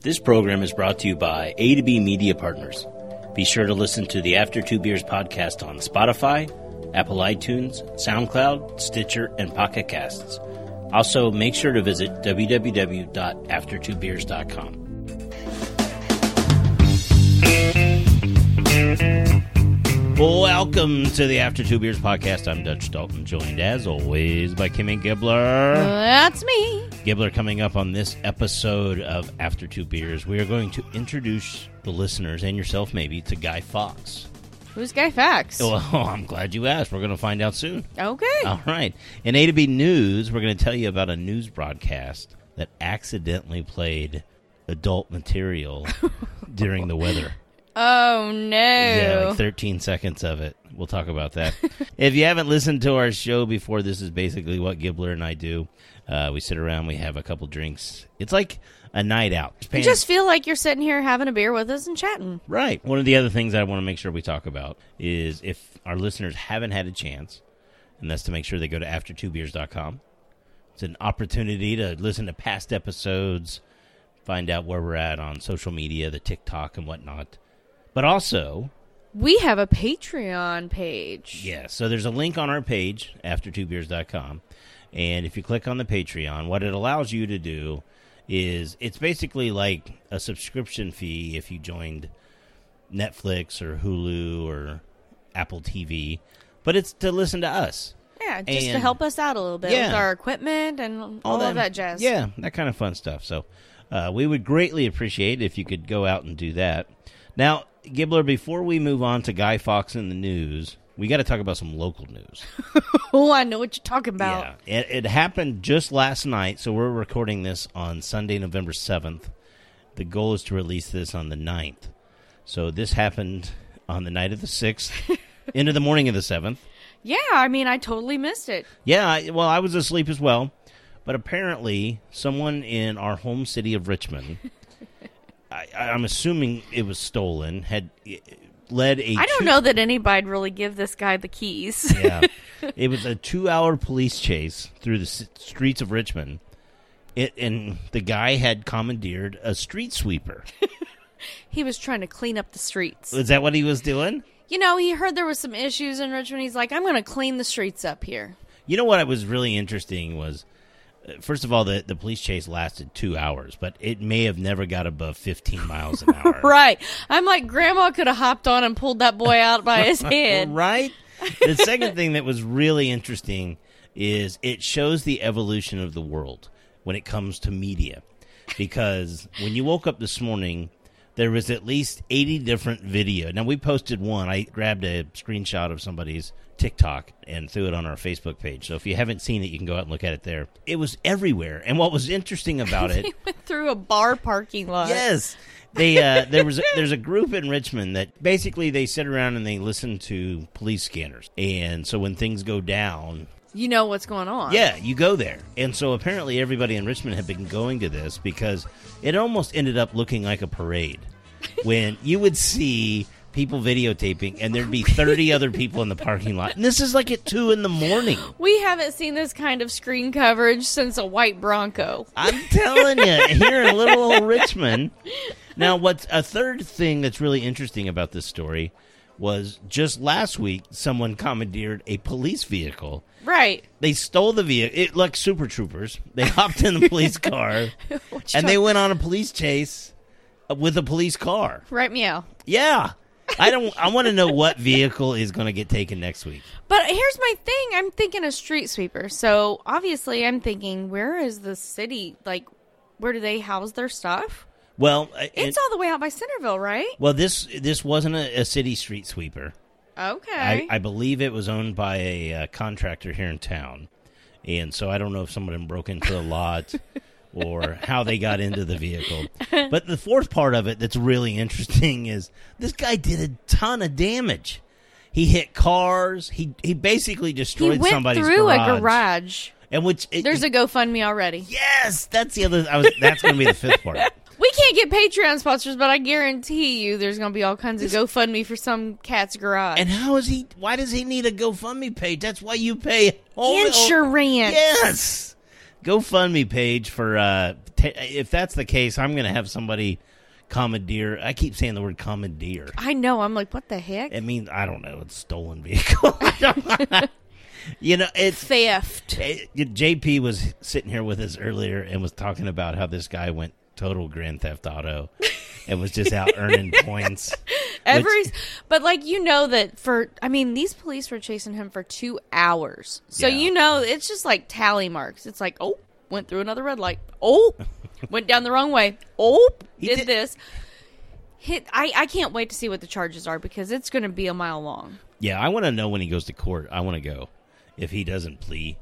This program is brought to you by A to B Media Partners. Be sure to listen to the After Two Beers podcast on Spotify, Apple iTunes, SoundCloud, Stitcher, and Pocket Casts. Also, make sure to visit www.aftertwobeers.com. Welcome to the After Two Beers podcast. I'm Dutch Dalton, joined as always by Kimmy Gibbler. That's me. Gibbler, coming up on this episode of After Two Beers, we are going to introduce the listeners and yourself maybe to Guy Fox. Who's Guy Fax? Well, I'm glad you asked. We're going to find out soon. Okay. All right. In A to B News, we're going to tell you about a news broadcast that accidentally played adult material during the weather. Oh no. Yeah, like 13 seconds of it. We'll talk about that. if you haven't listened to our show before, this is basically what Gibbler and I do. Uh, we sit around, we have a couple drinks. It's like a night out. you just feel like you're sitting here having a beer with us and chatting. right. One of the other things I want to make sure we talk about is if our listeners haven't had a chance, and that's to make sure they go to after2beers.com. It's an opportunity to listen to past episodes, find out where we're at on social media, the TikTok and whatnot. But also, We have a Patreon page. Yeah, so there's a link on our page, after2beers.com. And if you click on the Patreon, what it allows you to do is it's basically like a subscription fee if you joined Netflix or Hulu or Apple TV, but it's to listen to us. Yeah, just to And- help us out a little bit Yeah. with our equipment and all, of Oh, that jazz. Yeah, that kind of fun stuff. So uh, we would greatly appreciate if you could go out and do that. Now, Gibbler, before we move on to Guy Fox in the news, we got to talk about some local news. Oh, I know what you're talking about. Yeah, it, it happened just last night, so we're recording this on Sunday, November 7th. The goal is to release this on the 9th. So this happened on the night of the 6th, into the morning of the 7th. Yeah. I mean, I totally missed it. Yeah, I, well, I was asleep as well. But apparently, someone in our home city of Richmond, I, I'm assuming it was stolen, had eh, led a. I don't two- know that anybody'd really give this guy the keys. yeah. It was a two-hour police chase through the s- streets of Richmond. It and the guy had commandeered a street sweeper. he was trying to clean up the streets. Is that what he was doing? You know, he heard there was some issues in Richmond. He's like, I'm going to clean the streets up here. You know what was really interesting was, uh, first of all, the the police chase lasted two hours, but it may have never got above fifteen miles an hour. Right. I'm like, Grandma could have hopped on and pulled that boy out by his hand. right? The second thing that was really interesting is it shows the evolution of the world when it comes to media. Because when you woke up this morning, there was at least 80 different video. Now we posted one. I grabbed a screenshot of somebody's TikTok and threw it on our Facebook page. So if you haven't seen it, you can go out and look at it there. It was everywhere. And what was interesting about it Went through a bar parking lot. Yes. They uh, there was there's a group in Richmond that basically they sit around and they listen to police scanners, and so when things go down, You know what's going on. yeah, you go there. And so apparently everybody in Richmond had been going to this because it almost ended up looking like a parade when you would see people videotaping and there'd be 30 other people in the parking lot. And this is like at two in the morning. We haven't seen this kind of screen coverage since a white Bronco. I'm telling you, here in little old Richmond. Now, what's a third thing that's really interesting about this story was just last week someone commandeered a police vehicle. Right. They stole the vehicle. It like Super Troopers. They hopped in the police car What you and they talk- went on a police chase with a police car. Right meow. Yeah. I don't I want to know what vehicle is going to get taken next week. But here's my thing. I'm thinking a street sweeper. So obviously I'm thinking, where is the city? Like, where do they house their stuff? Well, uh, it- It's all the way out by Centerville, right? well this this wasn't a, a city street sweeper. I, Okay. I believe it was owned by a uh, contractor here in town, and so I don't know if someone broke into the lot or how they got into the vehicle. But the fourth part of it that's really interesting is this guy did a ton of damage. He hit cars. He he basically he destroyed went somebody's through garage. a garage. And which it, There's a GoFundMe already. yes, that's the other. I was that's going to be the fifth part. We can't get Patreon sponsors, but I guarantee you there's going to be all kinds of GoFundMe for some cat's garage. And how is he? Why does he need a GoFundMe page? That's why you pay all Insurance. Yes. GoFundMe page for uh, ta- if that's the case, I'm going to have somebody commandeer. I keep saying the word commandeer. I know. I'm like, what the heck? It means I don't know. It's stolen vehicle. you know, it's Theft. it- it- JP was sitting here with us earlier and was talking about how this guy went total Grand Theft Auto and was just out earning points. Every, but like you know that for I mean these police were chasing him for two hours, so Yeah. you know it's just like tally marks. It's like oh went through another red light, oh went down the wrong way, oh He did, did- this. Hit I I can't wait to see what the charges are because it's going to be a mile long. Yeah, I want to know when he goes to court. I want to go if he doesn't plea.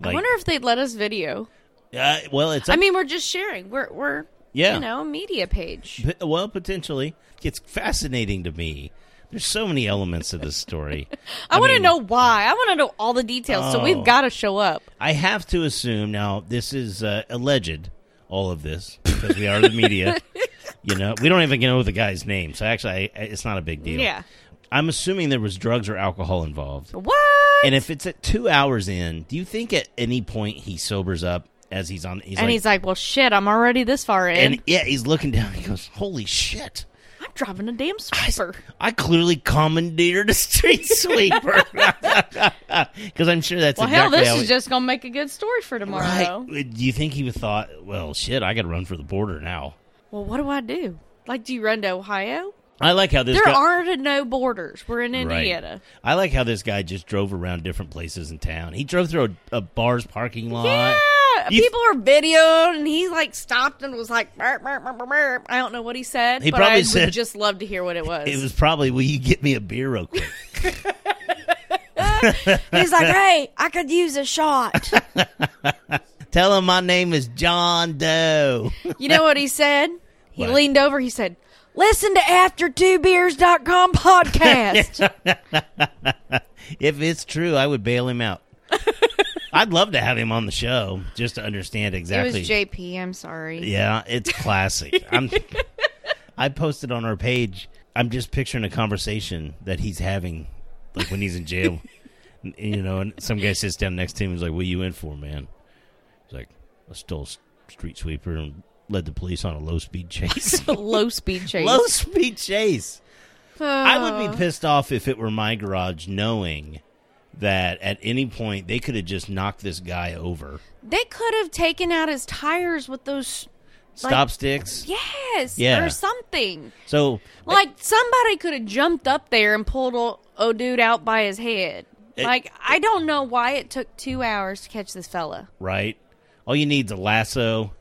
I Like, wonder if they'd let us video. Uh, well, it's I up mean we're just sharing. We're we're Yeah. you know a media page. P- Well, potentially. It's fascinating to me. There's so many elements to this story. I, want to mean, know why. I want to know all the details. So Oh. we've got to show up. I have to assume now this is uh, alleged, all of this, because we are the media. You know, we don't even know the guy's name, so actually, I, it's not a big deal. Yeah. I'm assuming there was drugs or alcohol involved. What? And if it's at two hours in, do you think at any point he sobers up as he's on? He's and like, he's like, well, shit, I'm already this far in. and yeah, he's looking down. He goes, "Holy shit." I'm driving a damn sweeper. I clearly commandeered a street sweeper because I'm sure that's Well, hell, exactly this how is it- just gonna make a good story for tomorrow. right. Uh, Do you think he would thought, well, shit, I got to run for the border now? Well, what do I do? Like, do you run to Ohio? I like how this There guy. aren't no borders. We're in Right. Indiana. I like how this guy just drove around different places in town. He drove through a, a bar's parking lot. Yeah, You- people are videoing, and he like stopped and was like, "Burp, burp, burp, burp, burp." I don't know what he said, He but probably I said- would just love to hear what it was. It was probably, will you get me a beer real quick? He's like, "Hey, I could use a shot." Tell him my name is John Doe. you know what he said? He What? leaned over. He said, "Listen to AfterTwoBeers.com podcast." if it's true, I would bail him out. I'd love to have him on the show just to understand It exactly. was JP. I'm sorry. Yeah, it's classic. I'm, I posted on our page. I'm just picturing a conversation that he's having, like when he's in jail. And, you know, and some guy sits down next to him. and He's like, "What you in for, man?" He's like, "I stole a street sweeper and led the police on a low speed chase." low speed chase. low speed chase. Oh. I would be pissed off if it were my garage, knowing that at any point they could have just knocked this guy over. They could have taken out his tires with those. Stop sticks. Yes. Yeah. Or something. So Like somebody could have jumped up there and pulled old, old dude out by his head. It- like I don't know why it took two hours to catch this fella. right? All you need's a lasso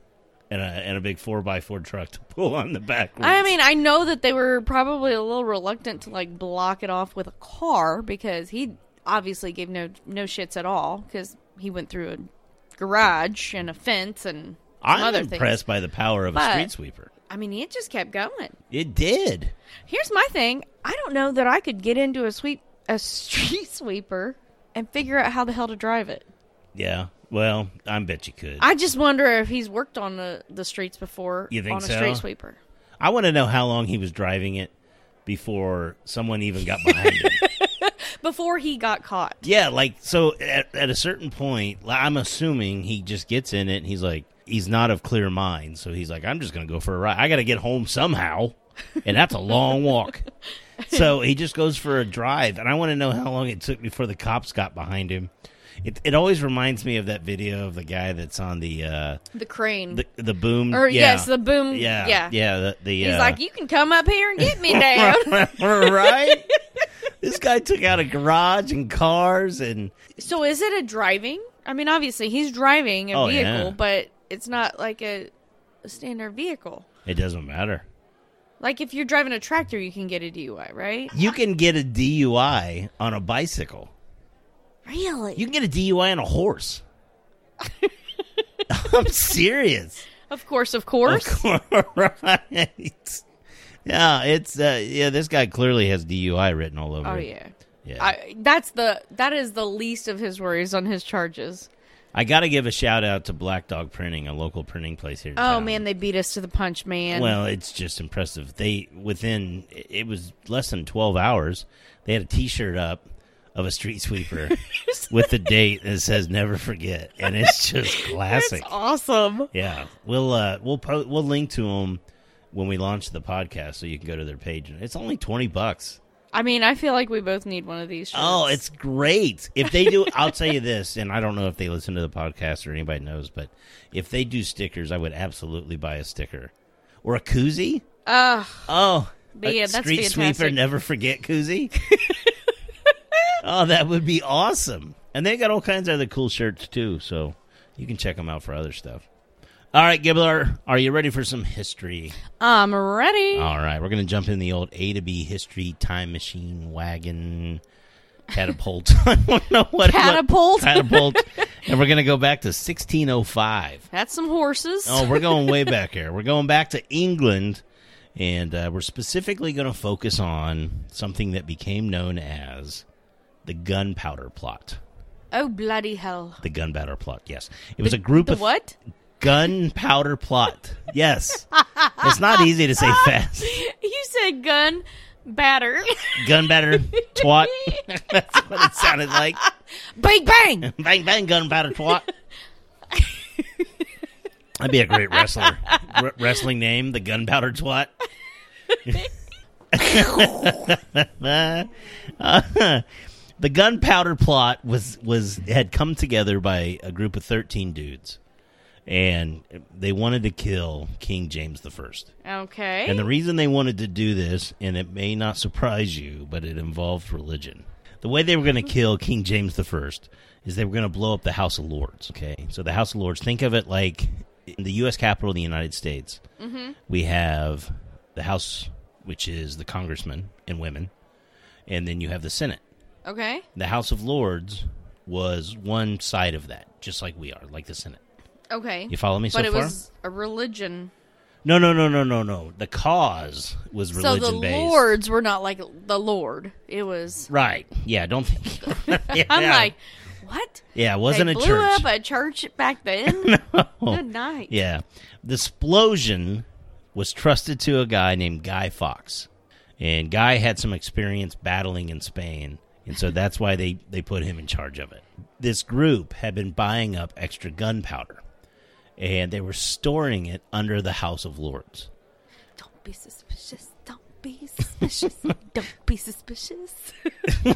and a and a big four by four truck to pull on the back. I mean, I know that they were probably a little reluctant to like block it off with a car because he obviously gave no no shits at all because he went through a garage and a fence and some I'm other impressed things. by the power of a But- street sweeper. I mean, it just kept going. It did. Here's my thing. I don't know that I could get into a sweep a street sweeper and figure out how the hell to drive it. Yeah. Well, I bet you could. I, I just wonder if he's worked on the, the streets before You think on a so? street sweeper. want to know how long he was driving it before someone even got behind him. Before he got caught. Yeah, like so at, at a certain point, li- I'm assuming he just gets in it and he's like he's not of clear mind, so he's like I'm just going to go for a ride. I got to get home somehow. And that's a long walk. So he just goes for a drive and I want to know how long it took before the cops got behind him. It it always reminds me of that video of the guy that's on the uh The crane. the the boom or yeah. yes, the boom yeah. yeah. Yeah, the, the He's uh, like, You can come up here and get me down. right? This guy took out a garage and cars and so is it a driving? I mean obviously he's driving a Oh, vehicle, yeah. but it's not like a, a standard vehicle. it doesn't matter. Like if you're driving a tractor you can get a DUI, right? You can get a DUI on a bicycle. Really? You can get a DUI on a horse. I'm serious. of course, of course. right. Yeah, it's uh, yeah. This guy clearly has DUI written all over. Oh it. yeah. yeah. I, I, that's the that is the least of his worries on his charges. got to give a shout out to Black Dog Printing, a local printing place here. in Oh town. man, they beat us to the punch, man. Well, it's just impressive. They within it was less than twelve hours. They had a T-shirt up of a street sweeper with the date that says "Never Forget," and it's just classic. That's awesome. Yeah, we'll uh, we'll po- we'll link to them when we launch the podcast, so you can go to their page. It's only twenty bucks. I mean, I feel like we both need one of these. Shirts. Oh, it's great. If they do, I'll tell you this, and I don't know if they listen to the podcast or anybody knows, but if they do stickers, I would absolutely buy a sticker or a koozie. Ugh. Oh, But a yeah, that's street sweeper, fantastic. never forget koozie. oh, that would be awesome. And they got all kinds of other cool shirts too, so you can check them out for other stuff. All right, Gibbler, are you ready for some history? I'm ready. All right, we're going to jump in the old A to B history time machine wagon catapult. I don't know what What, Catapult? catapult. and we're going to go back to 1605. That's some horses. Oh, we're going way back here. We're going back to England, and uh, we're specifically going to focus on something that became known as the Gunpowder Plot. Oh, bloody hell! The Gunpowder Plot, yes. It was a group The of what? Gunpowder Plot. Yes. it's not easy to say fast. You said gun batter. Gunpowder twat. That's what it sounded like. bang bang. Bang bang gunpowder twat. That'd be a great wrestler. R- wrestling name, the gunpowder twat. the gunpowder plot was was had come together by a group of 13 dudes and they wanted to kill King James the 1st. Okay. And the reason they wanted to do this, and it may not surprise you, but it involved religion. The way they were going to kill King James the First is they were going to blow up the House of Lords. Okay, so the House of Lords. Think of it like in the U.S. Capitol of the United States. Mm-hmm. We have the House, which is the congressmen and women, and then you have the Senate. okay. The House of Lords was one side of that, just like we are, like the Senate. Okay. You follow me so but it far? was a religion. No, no, no, no, no, no. The cause was religion so the based. lords were not like the Lord. It was. Right. Yeah. Don't think. yeah. I'm like, what? yeah. It wasn't they a blew church. up a church back then. Good night. yeah. The explosion was trusted to a guy named Guy Fox, and Guy had some experience battling in Spain, and so that's why they they put him in charge of it. This group had been buying up extra gunpowder, and they were storing it under the House of Lords. Don't be suspicious. Don't be suspicious. Don't be suspicious.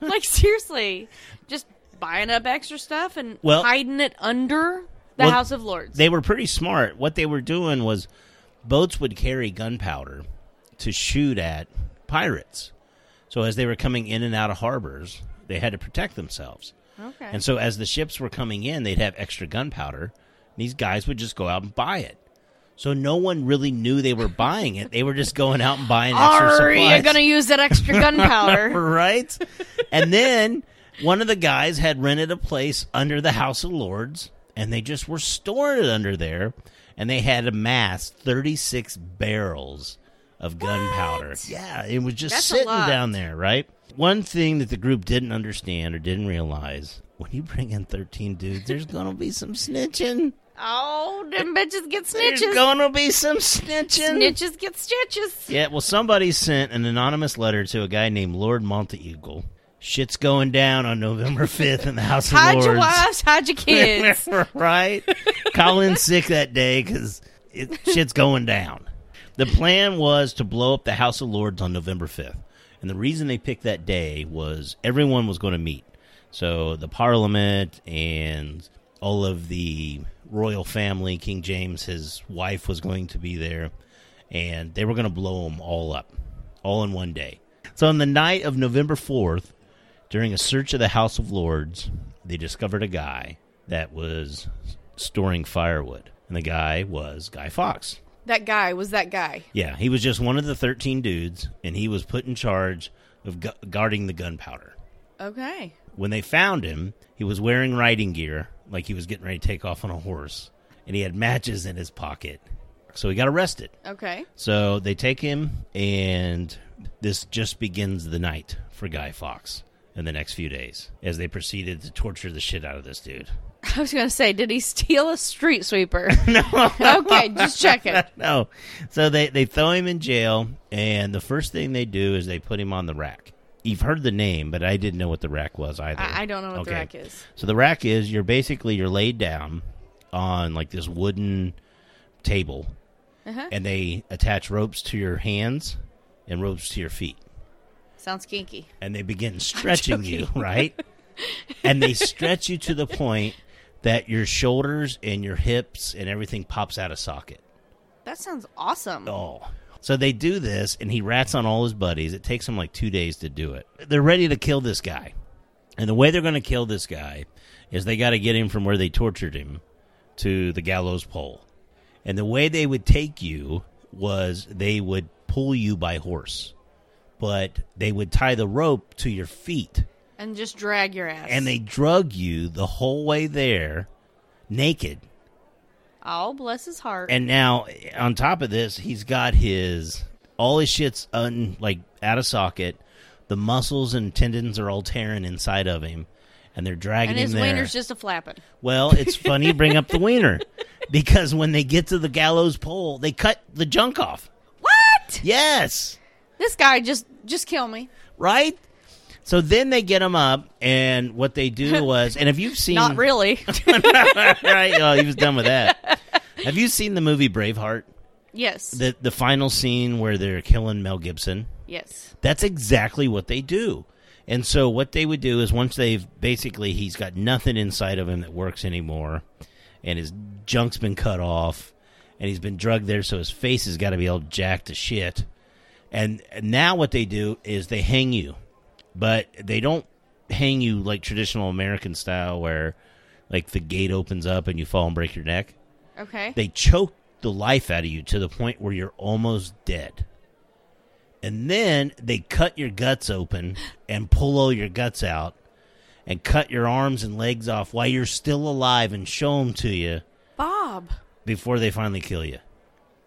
like seriously, just buying up extra stuff and Well- hiding it under the Well, House of Lords. they were pretty smart. What they were doing was boats would carry gunpowder to shoot at pirates. So as they were coming in and out of harbors, they had to protect themselves. okay. And so as the ships were coming in, they'd have extra gunpowder. These guys would just go out and buy it. So no one really knew they were buying it. They were just going out and buying extra Are supplies. you gonna use that extra gunpowder? right? and then one of the guys had rented a place under the House of Lords, and they just were storing it under there, and they had amassed 36 barrels of gunpowder. Yeah, it was just That's a sitting lot. down there, right? One thing that the group didn't understand or didn't realize when you bring in 13 dudes, there's going to be some snitching. oh, them bitches get There's snitches. going to be some snitching. Snitches get stitches. Yeah, well, somebody sent an anonymous letter to a guy named Lord Monteagle. Shit's going down on November 5th in the House of Hide your Lords. wives, hide your kids. right? Call in sick that day because shit's going down. The plan was to blow up the House of Lords on November 5th. And the reason they picked that day was everyone was going to meet. So the Parliament and all of the royal family, King James, his wife was going to be there. And they were going to blow them all up, all in one day. So on the night of November 4th, during a search of the House of Lords, they discovered a guy that was storing firewood. And the guy was Guy Fox. that guy was that guy. Yeah, he was just one of the 13 dudes, and he was put in charge of gu- guarding the gunpowder. Okay. When they found him, he was wearing riding gear, like he was getting ready to take off on a horse, and he had matches in his pocket. So he got arrested. Okay. So they take him, and this just begins the night for Guy Fox in the next few days as they proceeded to torture the shit out of this dude. I was gonna say, did he steal a street sweeper? no. okay, just checking. no. So they, they throw him in jail, and the first thing they do is they put him on the rack. you've heard the name, but I didn't know what the rack was either. I, I don't know what the Okay. rack is. So the rack is you're basically you're laid down on like this wooden table, Uh-huh. and they attach ropes to your hands and ropes to your feet, Sounds kinky. and they begin stretching you right, and they stretch you to the point that your shoulders and your hips and everything pops out of socket. That sounds awesome. Oh. So they do this, and he rats on all his buddies. It takes him like two days to do it. They're ready to kill this guy. And the way they're going to kill this guy is they got to get him from where they tortured him to the gallows pole. And the way they would take you was they would pull you by horse, but they would tie the rope to your feet And just drag your ass. and they drug you the whole way there naked. Oh, bless his heart. And now, on top of this, he's got his all his shit's un like out of socket. The muscles and tendons are all tearing inside of him, and they're dragging And his him there. wiener's just a flapping. well, it's funny you bring up the wiener because when they get to the gallows pole, they cut the junk off. What? Yes, This guy just just kill me. right. So then they get him up, and what they do was, and if you've seen, Not really. right? Oh, he was done with that. Have you seen the movie Braveheart? yes. the the final scene where they're killing Mel Gibson. yes. That's exactly what they do. And so what they would do is once they've basically he's got nothing inside of him that works anymore and his junk's been cut off and he's been drugged there so his face has got to be all jacked to shit. And and now what they do is they hang you. But they don't hang you like traditional American style where like the gate opens up and you fall and break your neck Okay. they choke the life out of you to the point where you're almost dead. And then they cut your guts open and pull all your guts out and cut your arms and legs off while you're still alive and show them to you Bob, before they finally kill you.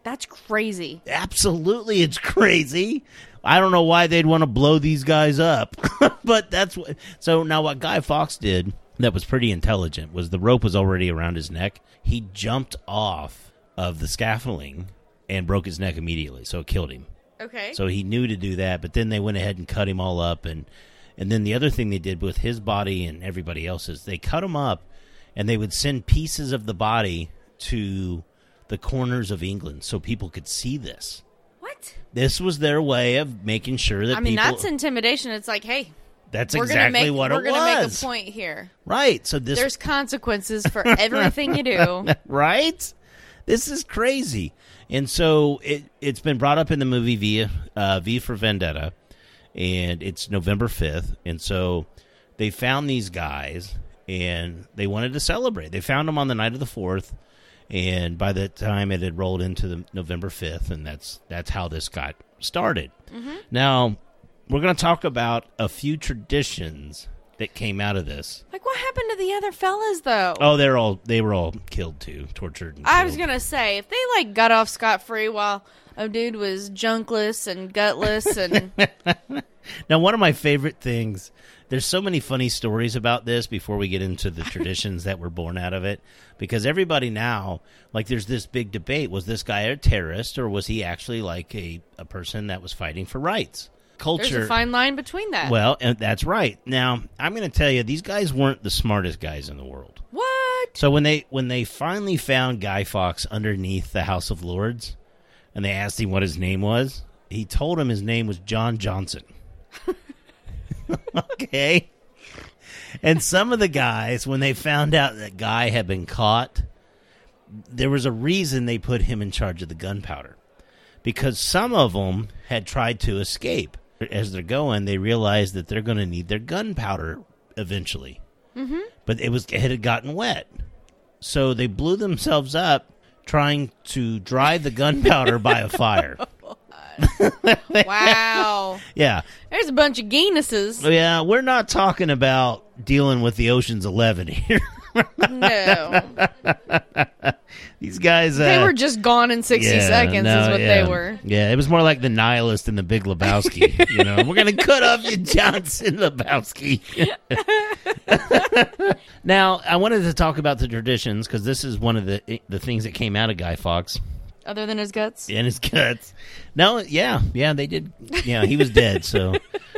that's crazy. Absolutely, it's crazy. I don't know why they'd want to blow these guys up, but that's what. So now, what Guy Fox did that was pretty intelligent was the rope was already around his neck. He jumped off of the scaffolding and broke his neck immediately, so it killed him. Okay. So he knew to do that, but then they went ahead and cut him all up and and then the other thing they did with his body and everybody else's, they cut him up and they would send pieces of the body to the corners of England so people could see this. what? This was their way of making sure that I mean, people that's intimidation. It's like, hey, that's we're exactly gonna make what we're it gonna was. make a point here. Right. So this There's consequences for everything you do. right? This is crazy. And so it it's been brought up in the movie V uh, V for Vendetta, and it's November fifth, and so they found these guys and they wanted to celebrate. They found them on the night of the fourth, and by the time it had rolled into the November fifth, and that's that's how this got started. Mm-hmm. Now we're going to talk about a few traditions that came out of this. Like, what happened to the other fellas though? Oh, they're all they were all killed too, tortured. And I was killed. gonna say if they like got off scot free while a dude was junkless and gutless and Now, one of my favorite things, there's so many funny stories about this before we get into the traditions that were born out of it, because everybody now, like, there's this big debate was this guy a terrorist or was he actually like a, a person that was fighting for rights? there's Culture. a fine line between that. well, and that's right. Now, I'm going to tell you, these guys weren't the smartest guys in the world. what? So when they when they finally found Guy Fox underneath the House of Lords, and they asked him what his name was, he told him his name was John Johnson. okay. And some of the guys, when they found out that Guy had been caught, there was a reason they put him in charge of the gunpowder. Because some of them had tried to escape. As they're going, they realized that they're going to need their gunpowder eventually but it was it had gotten wet. So they blew themselves up trying to dry the gunpowder by a fire. Wow. Yeah. there's a bunch of genuses. Yeah, we're not talking about dealing with the Ocean's 11 here. No. These guys uh, They were just gone in 60 yeah, seconds, no, is what yeah. they were. Yeah, it was more like the nihilist and the big Lebowski, you know. We're going to cut off your Johnson Lebowski. eh, now, I wanted to talk about the traditions cuz this is one of the the things that came out of Guy Fox. other than his guts. in his guts. No, yeah, yeah, they did. Yeah, he was dead, so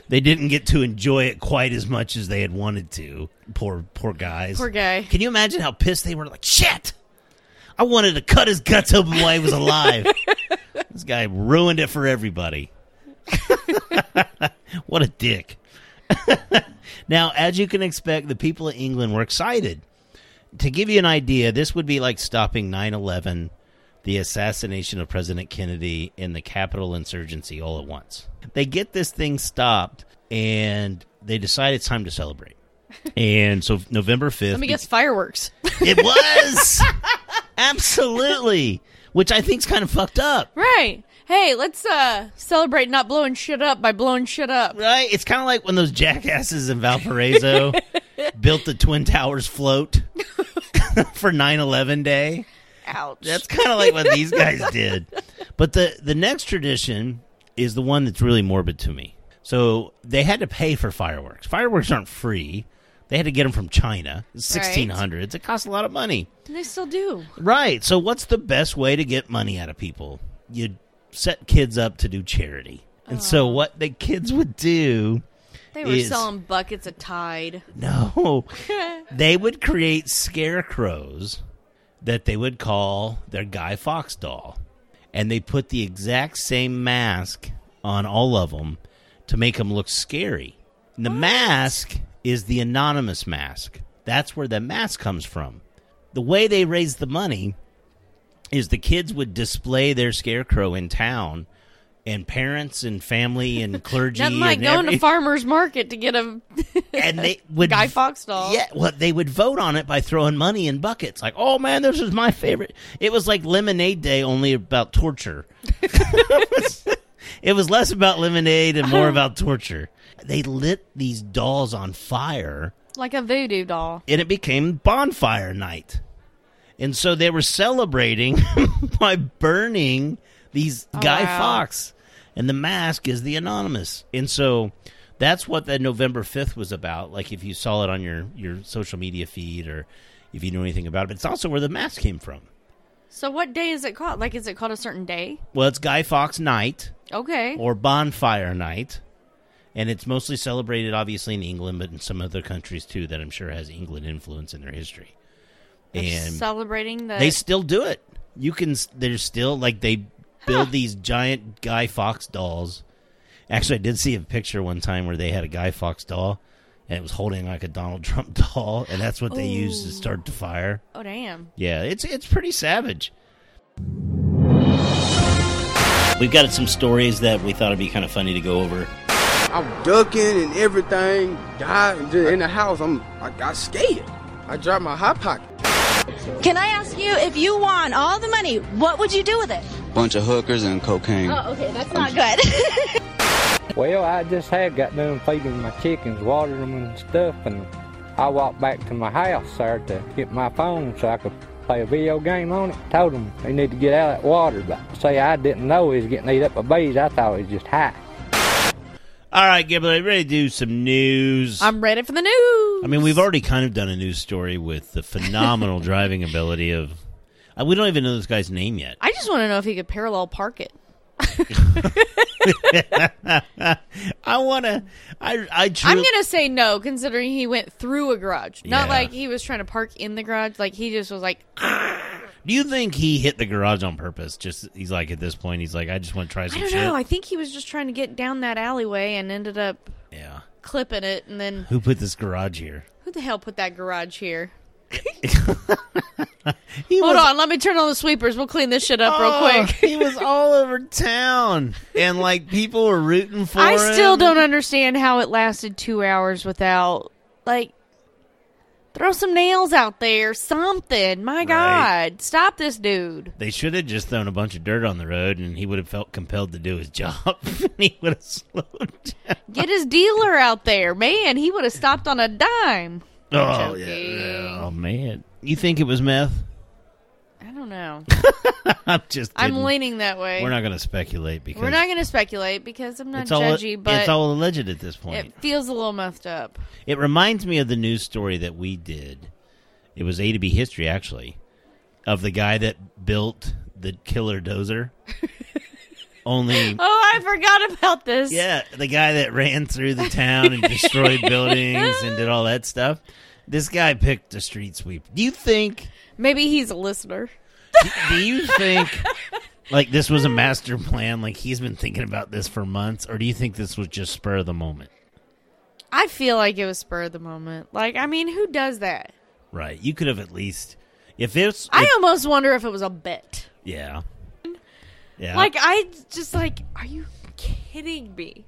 they didn't get to enjoy it quite as much as they had wanted to. Poor, poor guys. Poor guy. Can you imagine how pissed they were? Like, shit! I wanted to cut his guts open while he was alive. this guy ruined it for everybody. what a dick. now, as you can expect, the people of England were excited. To give you an idea, this would be like stopping 9 11, the assassination of President Kennedy, and the Capitol insurgency all at once. They get this thing stopped, and they decide it's time to celebrate. And so November 5th. Let me guess fireworks. It was absolutely, which I think's kind of fucked up, right. Hey, let's uh celebrate not blowing shit up by blowing shit up. right? It's kind of like when those jackasses in Valparaiso built the Twin Towers float for 9/11 day. Ouch. That's kind of like what these guys did. But the the next tradition is the one that's really morbid to me. So they had to pay for fireworks. Fireworks aren't free. They had to get them from China, 1600s. It costs a lot of money. they still do. Right. So what's the best way to get money out of people? You set kids up to do charity. And so what the kids would do They were Is- selling buckets of Tide. no. they would create scarecrows that they would call their Guy Fox doll. And they put the exact same mask on all of them to make them look scary. And the mask is the anonymous mask. That's where the mask comes from. The way they raised the money is the kids would display their scarecrow in town, and parents and family and clergy Nothing like and going every- to farmer's market to get a and they would Guy Fawkes doll. Yeah, well, they would vote on it by throwing money in buckets. Like, oh man, this is my favorite. It was like Lemonade Day, only about torture. it was less about lemonade and more about torture. They lit these dolls on fire, like a voodoo doll. and it became bonfire night. And so they were celebrating by burning these Guy wow. Fox. And the mask is the anonymous. And so that's what that November 5th was about. Like if you saw it on your, your social media feed or if you knew anything about it, but it's also where the mask came from. So what day is it called? Like is it called a certain day? Well, it's Guy Fox night Okay. or bonfire night. And it's mostly celebrated, obviously, in England, but in some other countries too that I'm sure has England influence in their history. And Celebrating the They still do it. You can. s- There's still like they build Huh. these giant Guy Fox dolls. Actually, I did see a picture one time where they had a Guy Fox doll, and it was holding like a Donald Trump doll, and that's what they used to Ooh. start the fire. Oh damn. Yeah, it's it's pretty savage. We've got some stories that we thought it'd be kind of funny to go over. I'm ducking and everything. Died and just in the house. I'm I got scared. I dropped my hot pocket. Can I ask you if you won all the money, what would you do with it? Oh, bunch of hookers and cocaine. okay, that's not good. Well, I just had got done feeding my chickens, watering them and stuff, and I walked back to my house there to get my phone so I could play a video game on it. Told them they need to get out of that water, but say I didn't know he was getting ate up by bees. I thought he was just high. All right, Gibbler, ready to do some news? I'm ready for the news. I mean, we've already kind of done a news story with the phenomenal driving ability of. uh, We don't even know this guy's name yet. I just want to know if he could parallel park it. I want to. I I truly. I'm gonna say no, considering he went through a garage. Not Yeah. like he was trying to park in the garage. Like he just was like, Do you think he hit the garage on purpose? Just he's like at this point, he's like, I just want to try I some don't shit. know. I think he was just trying to get down that alleyway and ended up yeah. clipping it. And then Who put this garage here? who the hell put that garage here? He Hold was on, let me turn on the sweepers. We'll clean this shit up real Oh, quick. he was all over town, and like people were rooting for I him. still don't understand how it lasted two hours without like throw some nails out there, something. My Right. God, stop this dude. They should have just thrown a bunch of dirt on the road, and he would have felt compelled to do his job. and he would have slowed down. Get his dealer out there, man. He would have stopped on a dime. Oh Joking. yeah. Oh man. You think it was meth? I don't know. I'm just. I'm kidding. leaning that way. We're not going to speculate because We're not going to speculate because I'm not all judgy, but it's all alleged at this point. it feels a little muffed up. It reminds me of the news story that we did. It was A to B history, actually, of the guy that built the killer dozer. Only Oh, I forgot about this. yeah, the guy that ran through the town and destroyed buildings and did all that stuff. This guy picked a street sweep. Do you think Maybe he's a listener. do you think like this was a master plan like he's been thinking about this for months or do you think this was just spur of the moment? I feel like it was spur of the moment. Like, I mean, who does that? Right. You could have at least if it's I if- almost wonder if it was a bet. yeah. Yeah. Like, I just like, are you kidding me?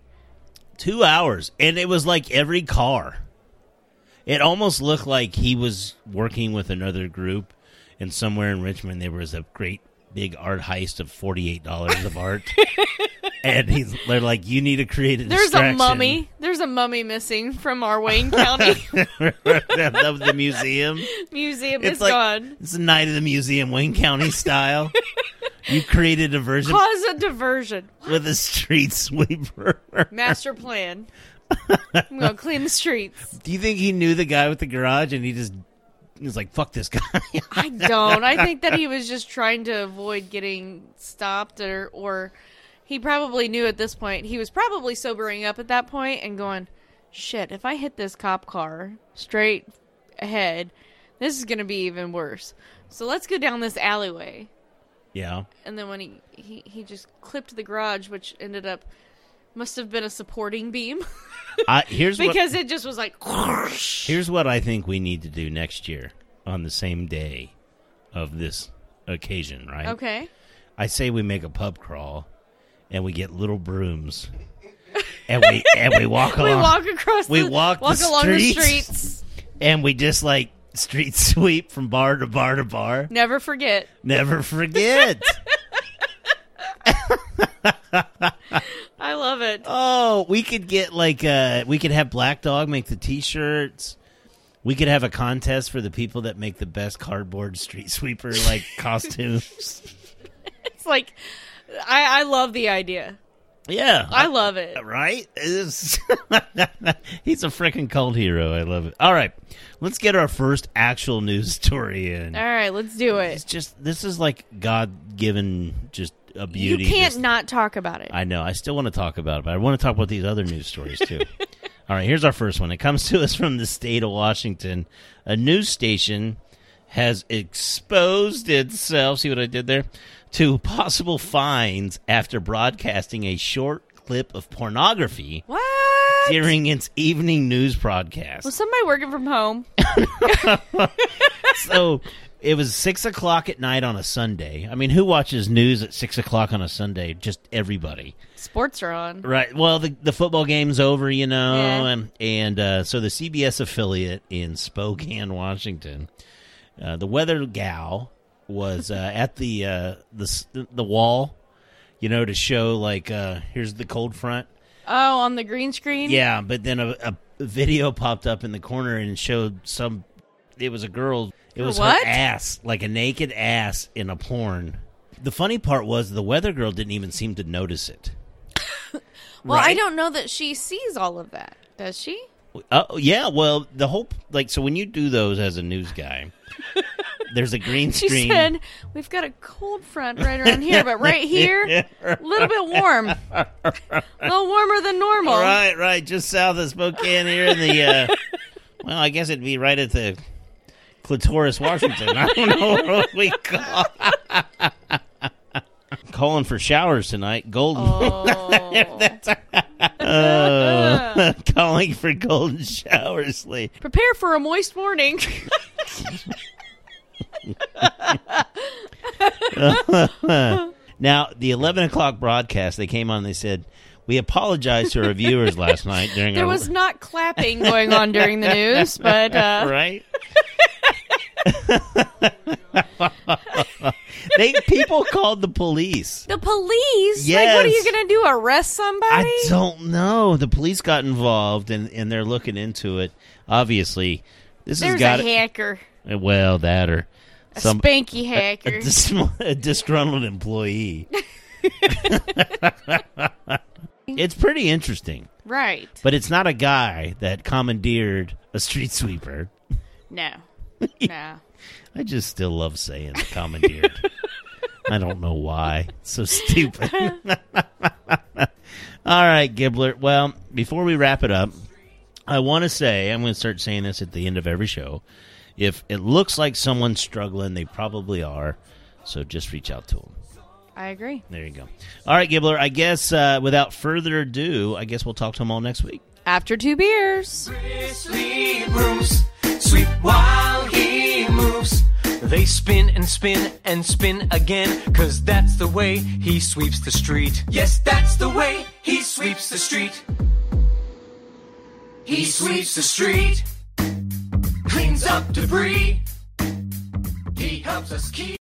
2 hours and it was like every car. It almost looked like he was working with another group and somewhere in Richmond there was a great big art heist of $48 of art. and he's they're like you need to create a There's a distraction." mummy. There's a mummy missing from our Wayne County of the museum. museum. it's is like gone. it's a night of the museum, Wayne County style. you created a version Cause a diversion. with a street sweeper. Master plan. I'm gonna clean the streets. Do you think he knew the guy with the garage and he just he was like, "Fuck this guy"? I don't. I think that he was just trying to avoid getting stopped, or or he probably knew at this point. He was probably sobering up at that point and going, "Shit, if I hit this cop car straight ahead, this is gonna be even worse." So let's go down this alleyway. yeah, and then when he, he he just clipped the garage which ended up must have been a supporting beam I, here's what because it just was like here's what I think we need to do next year on the same day of this occasion. Right? okay I say we make a pub crawl and we get little brooms and we and we walk we along. walk across we the, walk the along the streets. streets and we just like street sweep from bar to bar to bar. never forget Never forget. i love it oh, we could get like uh we could have Black Dog make the t-shirts. We could have a contest for the people that make the best cardboard street sweeper like costumes. it's like i i love the idea Yeah. i love it right? It is- He's a freaking cult hero. I love it. All right. Let's get our first actual news story in. all right let's do It's it just this is like God-given just a you beauty. can't just- not talk about it I know. I still want to talk about it, but I want to talk about these other news stories too. All right, here's our first one. It comes to us from the state of Washington. A news station has exposed itself. See what I did there? To possible fines after broadcasting a short clip of pornography what during its evening news broadcast. was somebody working from home so it was six o'clock at night on a Sunday. I mean, who watches news at six o'clock on a Sunday? Just everybody. sports are on Right. Well, the the football game's over, you know, Yeah. and and uh, so the CBS affiliate in Spokane, Washington, uh, the weather gal was uh, at the uh, the s- the wall, you know, to show like uh, here's the cold front. oh on the green screen Yeah, but then a, a video popped up in the corner and showed some. It was a girl. It was What? her ass, like a naked ass in a porn. The funny part was the weather girl didn't even seem to notice it. well i right. don't know that she sees all of that does she Oh yeah, well the whole like so when you do those as a news guy, there's a green She screen. said, "We've got a cold front right around here, but right here, a little bit warm, a little warmer than normal." right, right, just south of Spokane here in the. Uh, well, I guess it'd be right at the clitoris, Washington. I don't know what we call. Calling for showers tonight. Golden. Oh. Calling for golden showers, Lee. Prepare for a moist morning. Now, the 11 o'clock broadcast, they came on and they said, We apologize to our viewers last night during there our. was not clapping going on during the news, but uh, right? they people called the police. the police. Like, what are Yes. you going to do? Arrest somebody? I don't know. The police got involved and and they're looking into it. Obviously, this There's has got a hacker, well that or a some spanky a, hacker. dis- a disgruntled employee. it's pretty interesting, right? but it's not a guy that commandeered a street sweeper. No, no. I just still love saying commandeered. I don't know why. It's so stupid. All right, Giblert. Well, before we wrap it up, I want to say I'm going to start saying this at the end of every show. If it looks like someone's struggling, they probably are. So just reach out to them. I agree. There you go. All right, Gibbler. I guess uh, without further ado, I guess we'll talk to them all next week. After two beers. Grizzly Bruce, sweep while he moves. They spin and spin and spin again, cause that's the way he sweeps the street. Yes, that's the way he sweeps the street. He sweeps the street, cleans up debris. He helps us keep.